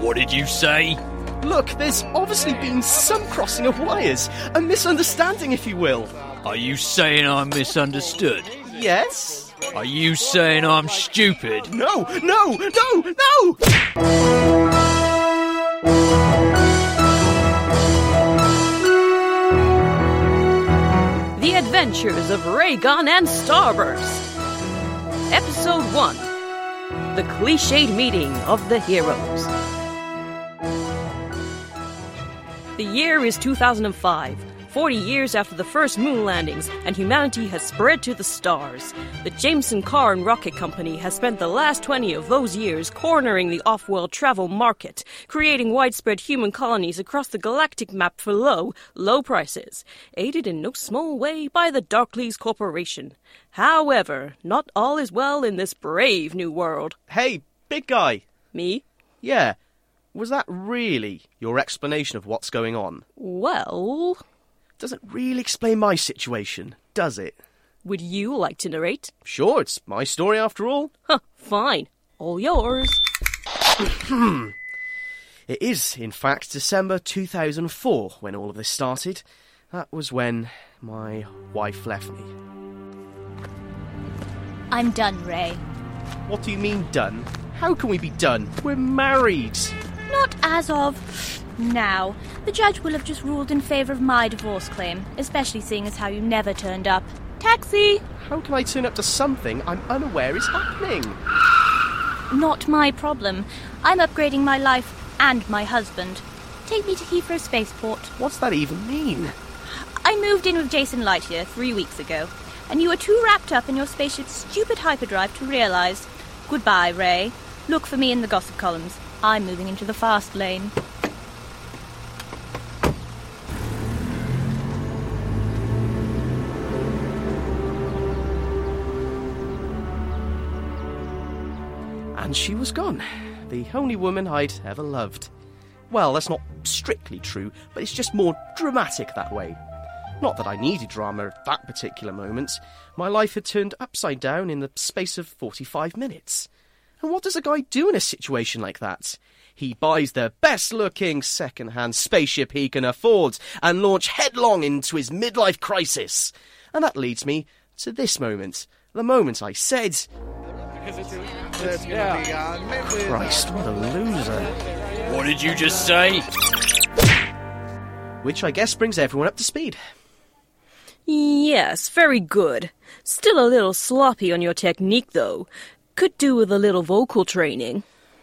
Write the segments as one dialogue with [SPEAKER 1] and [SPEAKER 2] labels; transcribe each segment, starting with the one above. [SPEAKER 1] What did you say?
[SPEAKER 2] Look, there's obviously been some crossing of wires, a misunderstanding, if you will.
[SPEAKER 1] Are you saying I'm misunderstood?
[SPEAKER 2] Yes?
[SPEAKER 1] Are you saying I'm stupid?
[SPEAKER 2] No, no, no, no!
[SPEAKER 3] The Adventures of Raygun and Starburst. Episode 1 The Cliched Meeting of the Heroes. The year is 2005, 40 years after the first moon landings, and humanity has spread to the stars. The Jameson Car and Rocket Company has spent the last 20 of those years cornering the off world travel market, creating widespread human colonies across the galactic map for low, low prices, aided in no small way by the Darkleys Corporation. However, not all is well in this brave new world.
[SPEAKER 2] Hey, big guy.
[SPEAKER 3] Me?
[SPEAKER 2] Yeah. Was that really your explanation of what's going on?
[SPEAKER 3] Well,
[SPEAKER 2] Doesn't really explain my situation, does it?
[SPEAKER 3] would you like to narrate?
[SPEAKER 2] Sure, it's my story after all.
[SPEAKER 3] Huh, fine. All yours.
[SPEAKER 2] It is, in fact, December 2004 when all of this started. That was when my wife left me.
[SPEAKER 4] I'm done, Ray.
[SPEAKER 2] What do you mean, done? How can we be done? We're married.
[SPEAKER 4] Not as of now. The judge will have just ruled in favour of my divorce claim, especially seeing as how you never turned up. Taxi!
[SPEAKER 2] How can I turn up to something I'm unaware is happening?
[SPEAKER 4] Not my problem. I'm upgrading my life and my husband. Take me to Heathrow Spaceport.
[SPEAKER 2] What's that even mean?
[SPEAKER 4] I moved in with Jason Lightyear three weeks ago, and you were too wrapped up in your spaceship's stupid hyperdrive to realise. Goodbye, Ray. Look for me in the gossip columns. I'm moving into the fast lane.
[SPEAKER 2] And she was gone. The only woman I'd ever loved. Well, that's not strictly true, but it's just more dramatic that way. Not that I needed drama at that particular moment. My life had turned upside down in the space of 45 minutes. And what does a guy do in a situation like that? He buys the best looking second hand spaceship he can afford and launch headlong into his midlife crisis. And that leads me to this moment. The moment I said, Christ, what a loser.
[SPEAKER 1] What did you just say?
[SPEAKER 2] Which I guess brings everyone up to speed.
[SPEAKER 3] Yes, very good. Still a little sloppy on your technique, though. Could do with a little vocal training.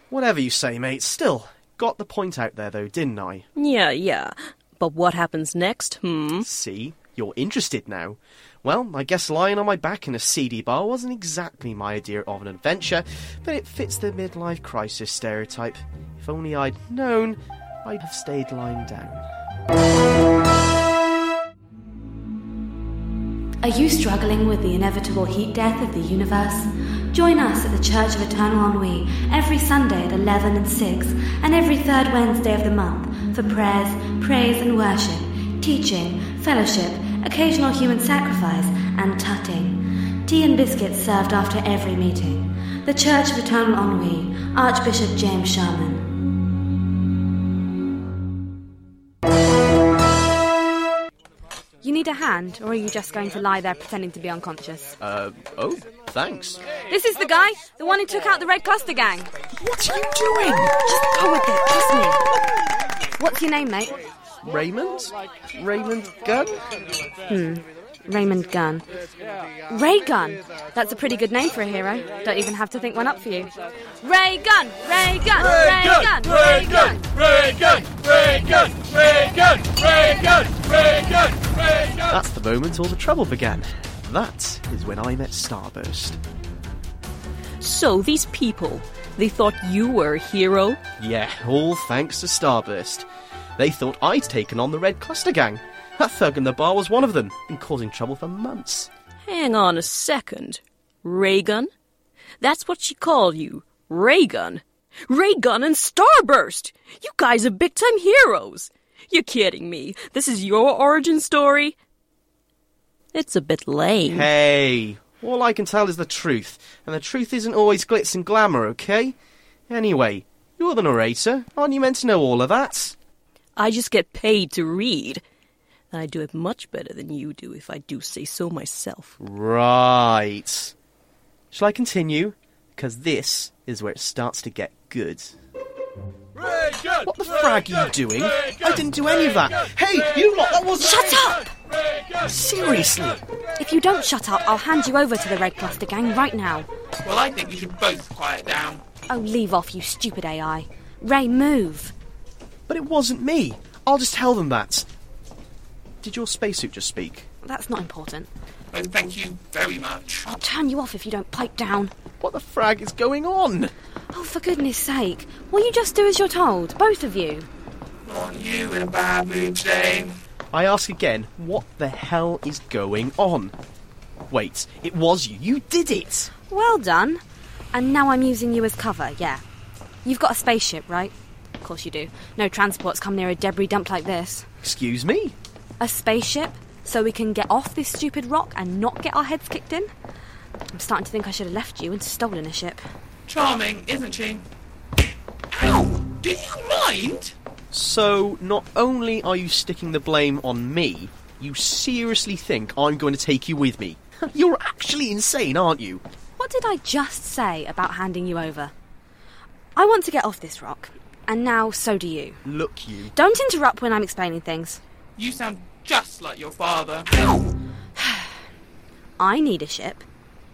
[SPEAKER 2] Whatever you say, mate, still. Got the point out there, though, didn't I?
[SPEAKER 3] Yeah, yeah. But what happens next, hmm?
[SPEAKER 2] See? You're interested now. Well, I guess lying on my back in a seedy bar wasn't exactly my idea of an adventure, but it fits the midlife crisis stereotype. If only I'd known, I'd have stayed lying down.
[SPEAKER 5] Are you struggling with the inevitable heat death of the universe? Join us at the Church of Eternal Ennui every Sunday at 11 and 6, and every third Wednesday of the month for prayers, praise and worship, teaching, fellowship, occasional human sacrifice, and tutting. Tea and biscuits served after every meeting. The Church of Eternal Ennui, Archbishop James Sherman.
[SPEAKER 6] You need a hand, or are you just going to lie there pretending to be unconscious?
[SPEAKER 2] Uh, oh, thanks.
[SPEAKER 6] This is the guy, the one who took out the Red Cluster Gang.
[SPEAKER 2] What are you doing?
[SPEAKER 6] Just go with it, trust me. What's your name, mate?
[SPEAKER 2] Raymond? Raymond Gunn?
[SPEAKER 6] Raymond Gunn. Ray Gunn. That's a pretty good name for a hero. Don't even have to think one up for you. Ray Gunn! Ray Gunn! Ray Gunn! Ray Gunn!
[SPEAKER 2] That's the moment all the trouble began. That is when I met Starburst.
[SPEAKER 3] So, these people, they thought you were a hero?
[SPEAKER 2] Yeah, all thanks to Starburst. They thought I'd taken on the Red Cluster Gang. That thug in the bar was one of them, been causing trouble for months.
[SPEAKER 3] Hang on a second. Raygun? That's what she called you. Raygun. Raygun and Starburst! You guys are big time heroes! You're kidding me. This is your origin story? It's a bit lame.
[SPEAKER 2] Hey, all I can tell is the truth, and the truth isn't always glitz and glamour, okay? Anyway, you're the narrator. Aren't you meant to know all of that?
[SPEAKER 3] I just get paid to read. And I do it much better than you do if I do say so myself.
[SPEAKER 2] Right. Shall I continue? Because this is where it starts to get good. What the frag are you doing? I didn't do any of that. Hey, you lot, that was
[SPEAKER 5] Shut up!
[SPEAKER 2] seriously.
[SPEAKER 5] If you don't shut up, I'll hand you over to the Red Cluster Gang right now.
[SPEAKER 1] Well, I think you should both quiet down.
[SPEAKER 5] Oh, leave off, you stupid AI. Ray, move.
[SPEAKER 2] But it wasn't me. I'll just tell them that. Did your spacesuit just speak?
[SPEAKER 5] That's not important.
[SPEAKER 1] Oh, thank you very much.
[SPEAKER 5] I'll turn you off if you don't pipe down.
[SPEAKER 2] What the frag is going on?
[SPEAKER 5] Oh, for goodness sake. Will you just do as you're told, both of you?
[SPEAKER 1] On you in a bad mood today.
[SPEAKER 2] I ask again, what the hell is going on? Wait, it was you. You did it!
[SPEAKER 5] Well done. And now I'm using you as cover, yeah. You've got a spaceship, right? Of course you do. No transports come near a debris dump like this.
[SPEAKER 2] Excuse me?
[SPEAKER 5] A spaceship? So we can get off this stupid rock and not get our heads kicked in? I'm starting to think I should have left you and stolen a ship.
[SPEAKER 1] Charming, isn't she? Ow! Do you mind?
[SPEAKER 2] So, not only are you sticking the blame on me, you seriously think I'm going to take you with me. You're actually insane, aren't you?
[SPEAKER 5] What did I just say about handing you over? I want to get off this rock, and now so do you.
[SPEAKER 2] Look, you.
[SPEAKER 5] Don't interrupt when I'm explaining things.
[SPEAKER 1] You sound just like your father. Ow!
[SPEAKER 5] I need a ship,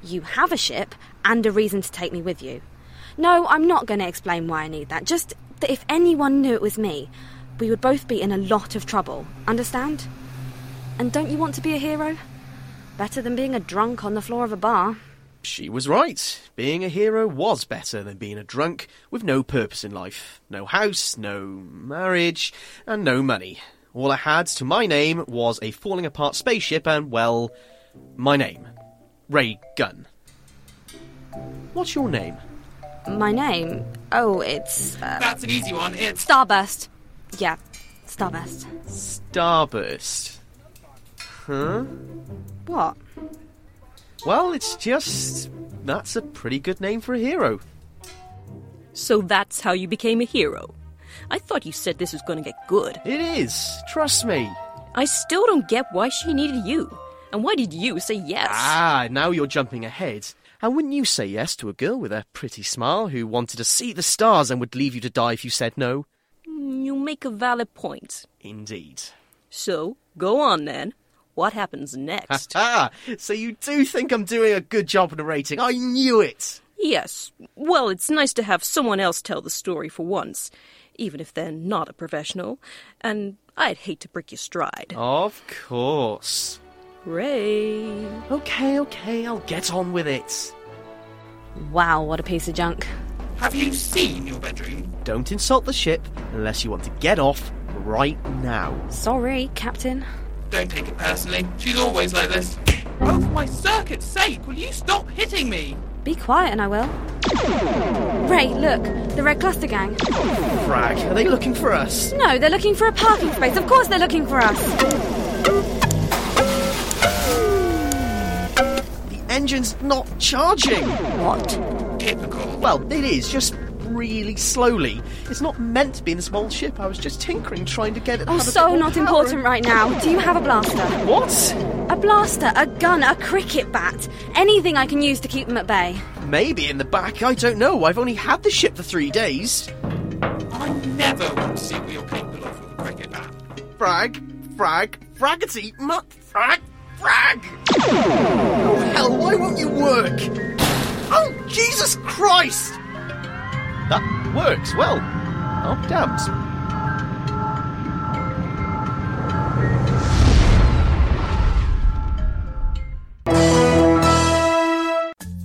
[SPEAKER 5] you have a ship, and a reason to take me with you. No, I'm not going to explain why I need that, just that if anyone knew it was me, we would both be in a lot of trouble. Understand? And don't you want to be a hero? Better than being a drunk on the floor of a bar.
[SPEAKER 2] She was right. Being a hero was better than being a drunk with no purpose in life. No house, no marriage, and no money. All I had to my name was a falling apart spaceship and, well, my name. Ray Gunn. What's your name?
[SPEAKER 5] My name? Oh, it's. Uh,
[SPEAKER 1] That's an easy one. It's
[SPEAKER 5] Starburst. Yeah, Starburst.
[SPEAKER 2] Starburst. Huh?
[SPEAKER 5] What?
[SPEAKER 2] Well, it's just. That's a pretty good name for a hero.
[SPEAKER 3] So that's how you became a hero. I thought you said this was going to get good.
[SPEAKER 2] It is, trust me.
[SPEAKER 3] I still don't get why she needed you. And why did you say yes?
[SPEAKER 2] Ah, now you're jumping ahead. And wouldn't you say yes to a girl with a pretty smile who wanted to see the stars and would leave you to die if you said no?
[SPEAKER 3] You make a valid point.
[SPEAKER 2] Indeed.
[SPEAKER 3] So, go on then. What happens next?
[SPEAKER 2] Ah, so you do think I'm doing a good job narrating. I knew it.
[SPEAKER 3] yes. Well, it's nice to have someone else tell the story for once, even if they're not a professional. And I'd hate to break your stride.
[SPEAKER 2] Of course.
[SPEAKER 3] Ray.
[SPEAKER 2] Okay, okay, I'll get on with it.
[SPEAKER 5] Wow, what a piece of junk.
[SPEAKER 1] Have you seen your bedroom?
[SPEAKER 2] Don't insult the ship unless you want to get off right now.
[SPEAKER 5] Sorry, Captain.
[SPEAKER 1] Don't take it personally. She's always like this. Oh, for my circuit's sake, will you stop hitting me?
[SPEAKER 5] Be quiet and I will. Ray, look, the Red Cluster Gang.
[SPEAKER 2] Frag, are they looking for us?
[SPEAKER 5] No, they're looking for a parking space. Of course they're looking for us.
[SPEAKER 2] The engine's not charging.
[SPEAKER 5] What?
[SPEAKER 1] Typical.
[SPEAKER 2] Well, it is, just really slowly. It's not meant to be in this small ship. I was just tinkering, trying to get it.
[SPEAKER 5] Oh,
[SPEAKER 2] have a bit
[SPEAKER 5] so
[SPEAKER 2] more
[SPEAKER 5] not
[SPEAKER 2] power.
[SPEAKER 5] important right now. Do you have a blaster?
[SPEAKER 2] What?
[SPEAKER 5] A blaster, a gun, a cricket bat. Anything I can use to keep them at bay.
[SPEAKER 2] Maybe in the back. I don't know. I've only had the ship for three days.
[SPEAKER 1] I never want to see what you're capable of with a cricket bat.
[SPEAKER 2] Frag, frag, fraggity, mutt, frag, frag. Oh hell! Why won't you work? Oh Jesus Christ! That works well. Oh damn.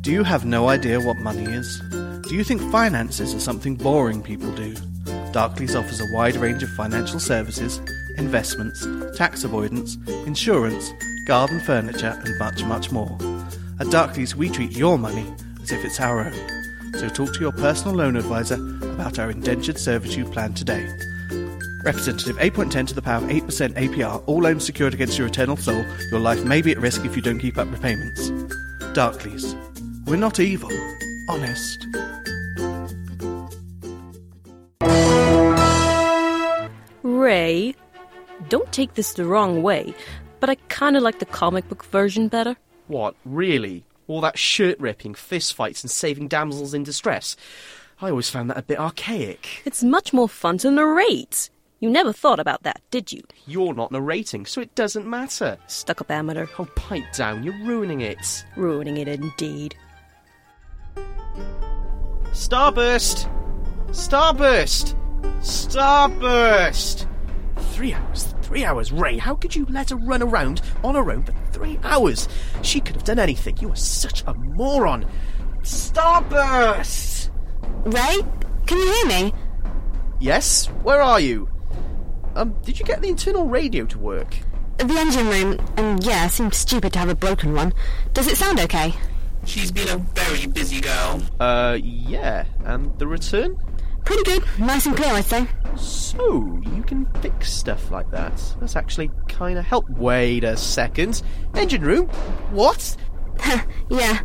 [SPEAKER 7] Do you have no idea what money is? Do you think finances are something boring people do? Barclays offers a wide range of financial services, investments, tax avoidance, insurance, garden furniture, and much, much more. At Barclays, we treat your money as if it's our own. So talk to your personal loan advisor about our indentured servitude plan today. Representative 8.10 to the power of 8% APR, all loans secured against your eternal soul. Your life may be at risk if you don't keep up repayments. Darkleys, we're not evil, honest.
[SPEAKER 3] Ray. Don't take this the wrong way, but I kind of like the comic book version better.
[SPEAKER 2] What, really? All that shirt ripping, fist fights, and saving damsels in distress? I always found that a bit archaic.
[SPEAKER 3] It's much more fun to narrate. You never thought about that, did you?
[SPEAKER 2] You're not narrating, so it doesn't matter.
[SPEAKER 3] Stuck up amateur,
[SPEAKER 2] Oh, pipe down, you're ruining it.
[SPEAKER 3] ruining it indeed.
[SPEAKER 2] Starburst! Starburst! Starburst! Three hours, three hours, Ray. How could you let her run around on her own for three hours? She could have done anything. You are such a moron. Starburst!
[SPEAKER 8] Ray, can you hear me?
[SPEAKER 2] Yes, where are you? Um, did you get the internal radio to work?
[SPEAKER 8] The engine room, and yeah, seems stupid to have a broken one. Does it sound okay?
[SPEAKER 9] She's been a very busy girl.
[SPEAKER 2] Uh, yeah. And the return?
[SPEAKER 8] Pretty good, nice and clear, I'd say.
[SPEAKER 2] So, you can fix stuff like that. That's actually kinda help. Wait a second. Engine room? What?
[SPEAKER 8] Yeah.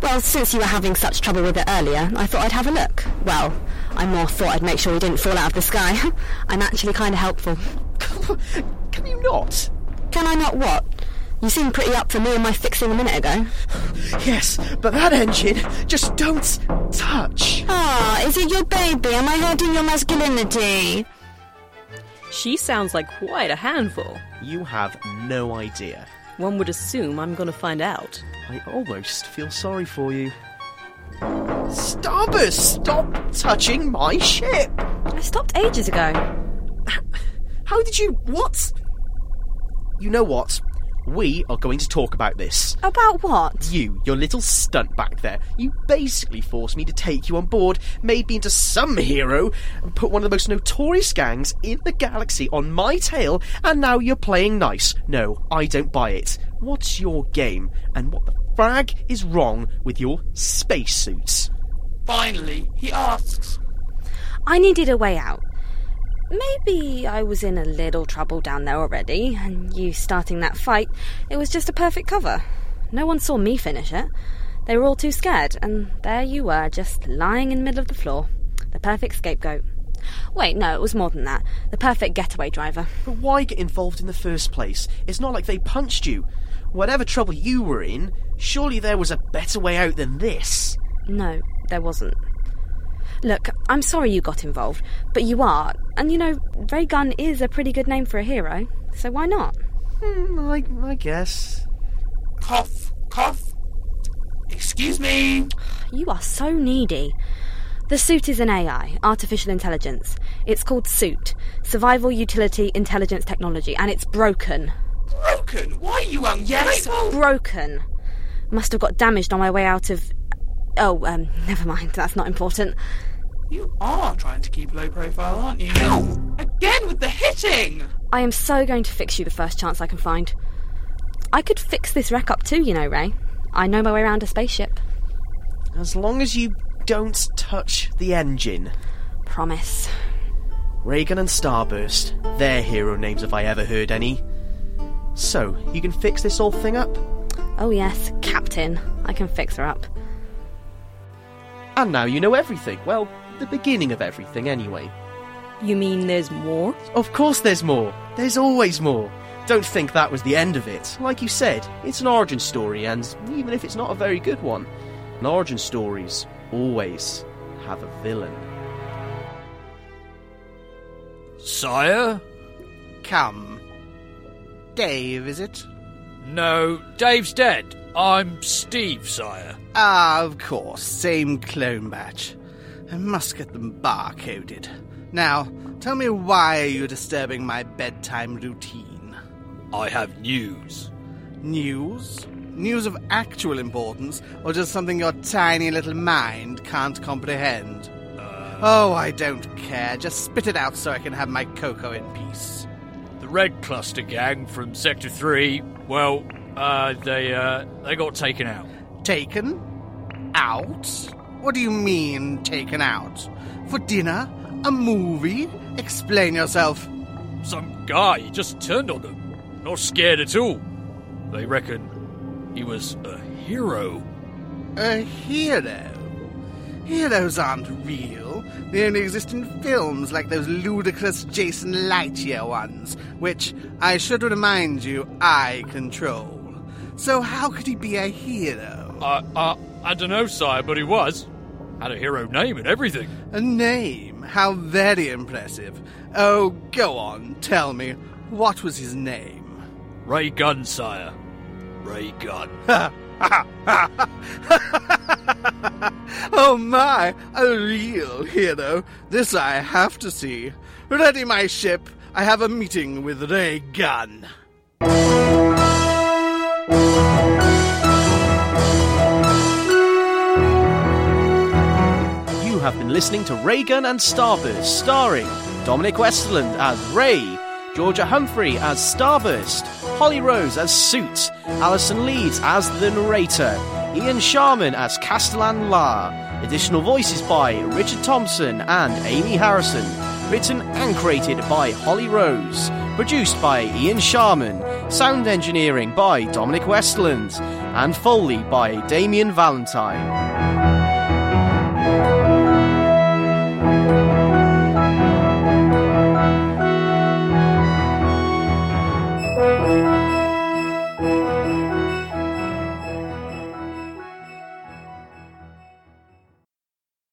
[SPEAKER 8] Well, since you were having such trouble with it earlier, I thought I'd have a look. Well, I more thought I'd make sure we didn't fall out of the sky. I'm actually kind of helpful.
[SPEAKER 2] Can you not?
[SPEAKER 8] Can I not what? You seemed pretty up for me and my fixing a minute ago.
[SPEAKER 2] Yes, but that engine, just don't touch.
[SPEAKER 8] Ah, is it your baby? Am I hurting your masculinity?
[SPEAKER 3] She sounds like quite a handful.
[SPEAKER 2] You have no idea.
[SPEAKER 3] One would assume I'm gonna find out.
[SPEAKER 2] I almost feel sorry for you. Starburst, stop touching my ship!
[SPEAKER 6] I stopped ages ago.
[SPEAKER 2] How did you. What? You know what? We are going to talk about this.
[SPEAKER 6] About what?
[SPEAKER 2] You, your little stunt back there, you basically forced me to take you on board, made me into some hero, and put one of the most notorious gangs in the galaxy on my tail, and now you're playing nice. No, I don't buy it. What's your game, and what the frag is wrong with your spacesuits?
[SPEAKER 9] Finally, he asks.
[SPEAKER 6] I needed a way out. Maybe I was in a little trouble down there already, and you starting that fight, it was just a perfect cover. No one saw me finish it. They were all too scared, and there you were, just lying in the middle of the floor. The perfect scapegoat. Wait, no, it was more than that. The perfect getaway driver.
[SPEAKER 2] But why get involved in the first place? It's not like they punched you. Whatever trouble you were in, surely there was a better way out than this.
[SPEAKER 6] No, there wasn't. Look, I'm sorry you got involved, but you are. And you know, Ray Gun is a pretty good name for a hero, so why not?
[SPEAKER 2] Hmm, I, I guess.
[SPEAKER 9] Cough, cough. Excuse me.
[SPEAKER 6] You are so needy. The suit is an AI, artificial intelligence. It's called Suit, Survival Utility Intelligence Technology, and it's broken.
[SPEAKER 9] Broken. Why are you oh. ungrateful?
[SPEAKER 6] Broken. Must have got damaged on my way out of. Oh, um, never mind. That's not important.
[SPEAKER 9] You are trying to keep low profile, aren't you? Again with the hitting!
[SPEAKER 6] I am so going to fix you the first chance I can find. I could fix this wreck up too, you know, Ray. I know my way around a spaceship.
[SPEAKER 2] As long as you don't touch the engine.
[SPEAKER 6] Promise.
[SPEAKER 2] Reagan and Starburst, their hero names if I ever heard any. So, you can fix this whole thing up?
[SPEAKER 6] Oh, yes, Captain. I can fix her up.
[SPEAKER 2] And now you know everything. Well, the beginning of everything, anyway.
[SPEAKER 3] You mean there's more?
[SPEAKER 2] Of course there's more. There's always more. Don't think that was the end of it. Like you said, it's an origin story, and even if it's not a very good one, an origin stories always have a villain.
[SPEAKER 1] Sire?
[SPEAKER 7] Come. Dave, is it?
[SPEAKER 1] No, Dave's dead. I'm Steve, sire.
[SPEAKER 7] Ah, of course, same clone batch. I must get them barcoded. Now, tell me why are you disturbing my bedtime routine?
[SPEAKER 1] I have news.
[SPEAKER 7] News? News of actual importance, or just something your tiny little mind can't comprehend? Oh, I don't care. Just spit it out so I can have my cocoa in peace.
[SPEAKER 1] The Red Cluster gang from Sector 3, well, uh, they, uh, they got taken out.
[SPEAKER 7] Taken? Out? What do you mean, taken out? For dinner? A movie? Explain yourself.
[SPEAKER 1] Some guy just turned on them. Not scared at all. They reckon he was a hero.
[SPEAKER 7] A hero? Heroes aren't real. They only exist in films like those ludicrous Jason Lightyear ones, which, I should remind you, I control. So how could he be a hero?
[SPEAKER 1] Uh, uh, I don't know, sire, but he was. Had a hero name and everything.
[SPEAKER 7] A name? How very impressive. Oh, go on, tell me, what was his name?
[SPEAKER 1] Ray Gunn, sire. Ray Gunn.
[SPEAKER 7] Oh my, a real hero. This I have to see. Ready my ship. I have a meeting with Ray Gunn.
[SPEAKER 2] You have been listening to Raygun and Starburst, starring Dominic Westerland as Ray, Georgia Humphrey as Starburst, Holly Rose as Suit, Alison Leeds as the narrator, Ian Sharman as Castellan La. Additional voices by Richard Thompson and Amy Harrison. Written and created by Holly Rose. Produced by Ian Sharman. Sound engineering by Dominic Westland. And Foley by Damian Valentine.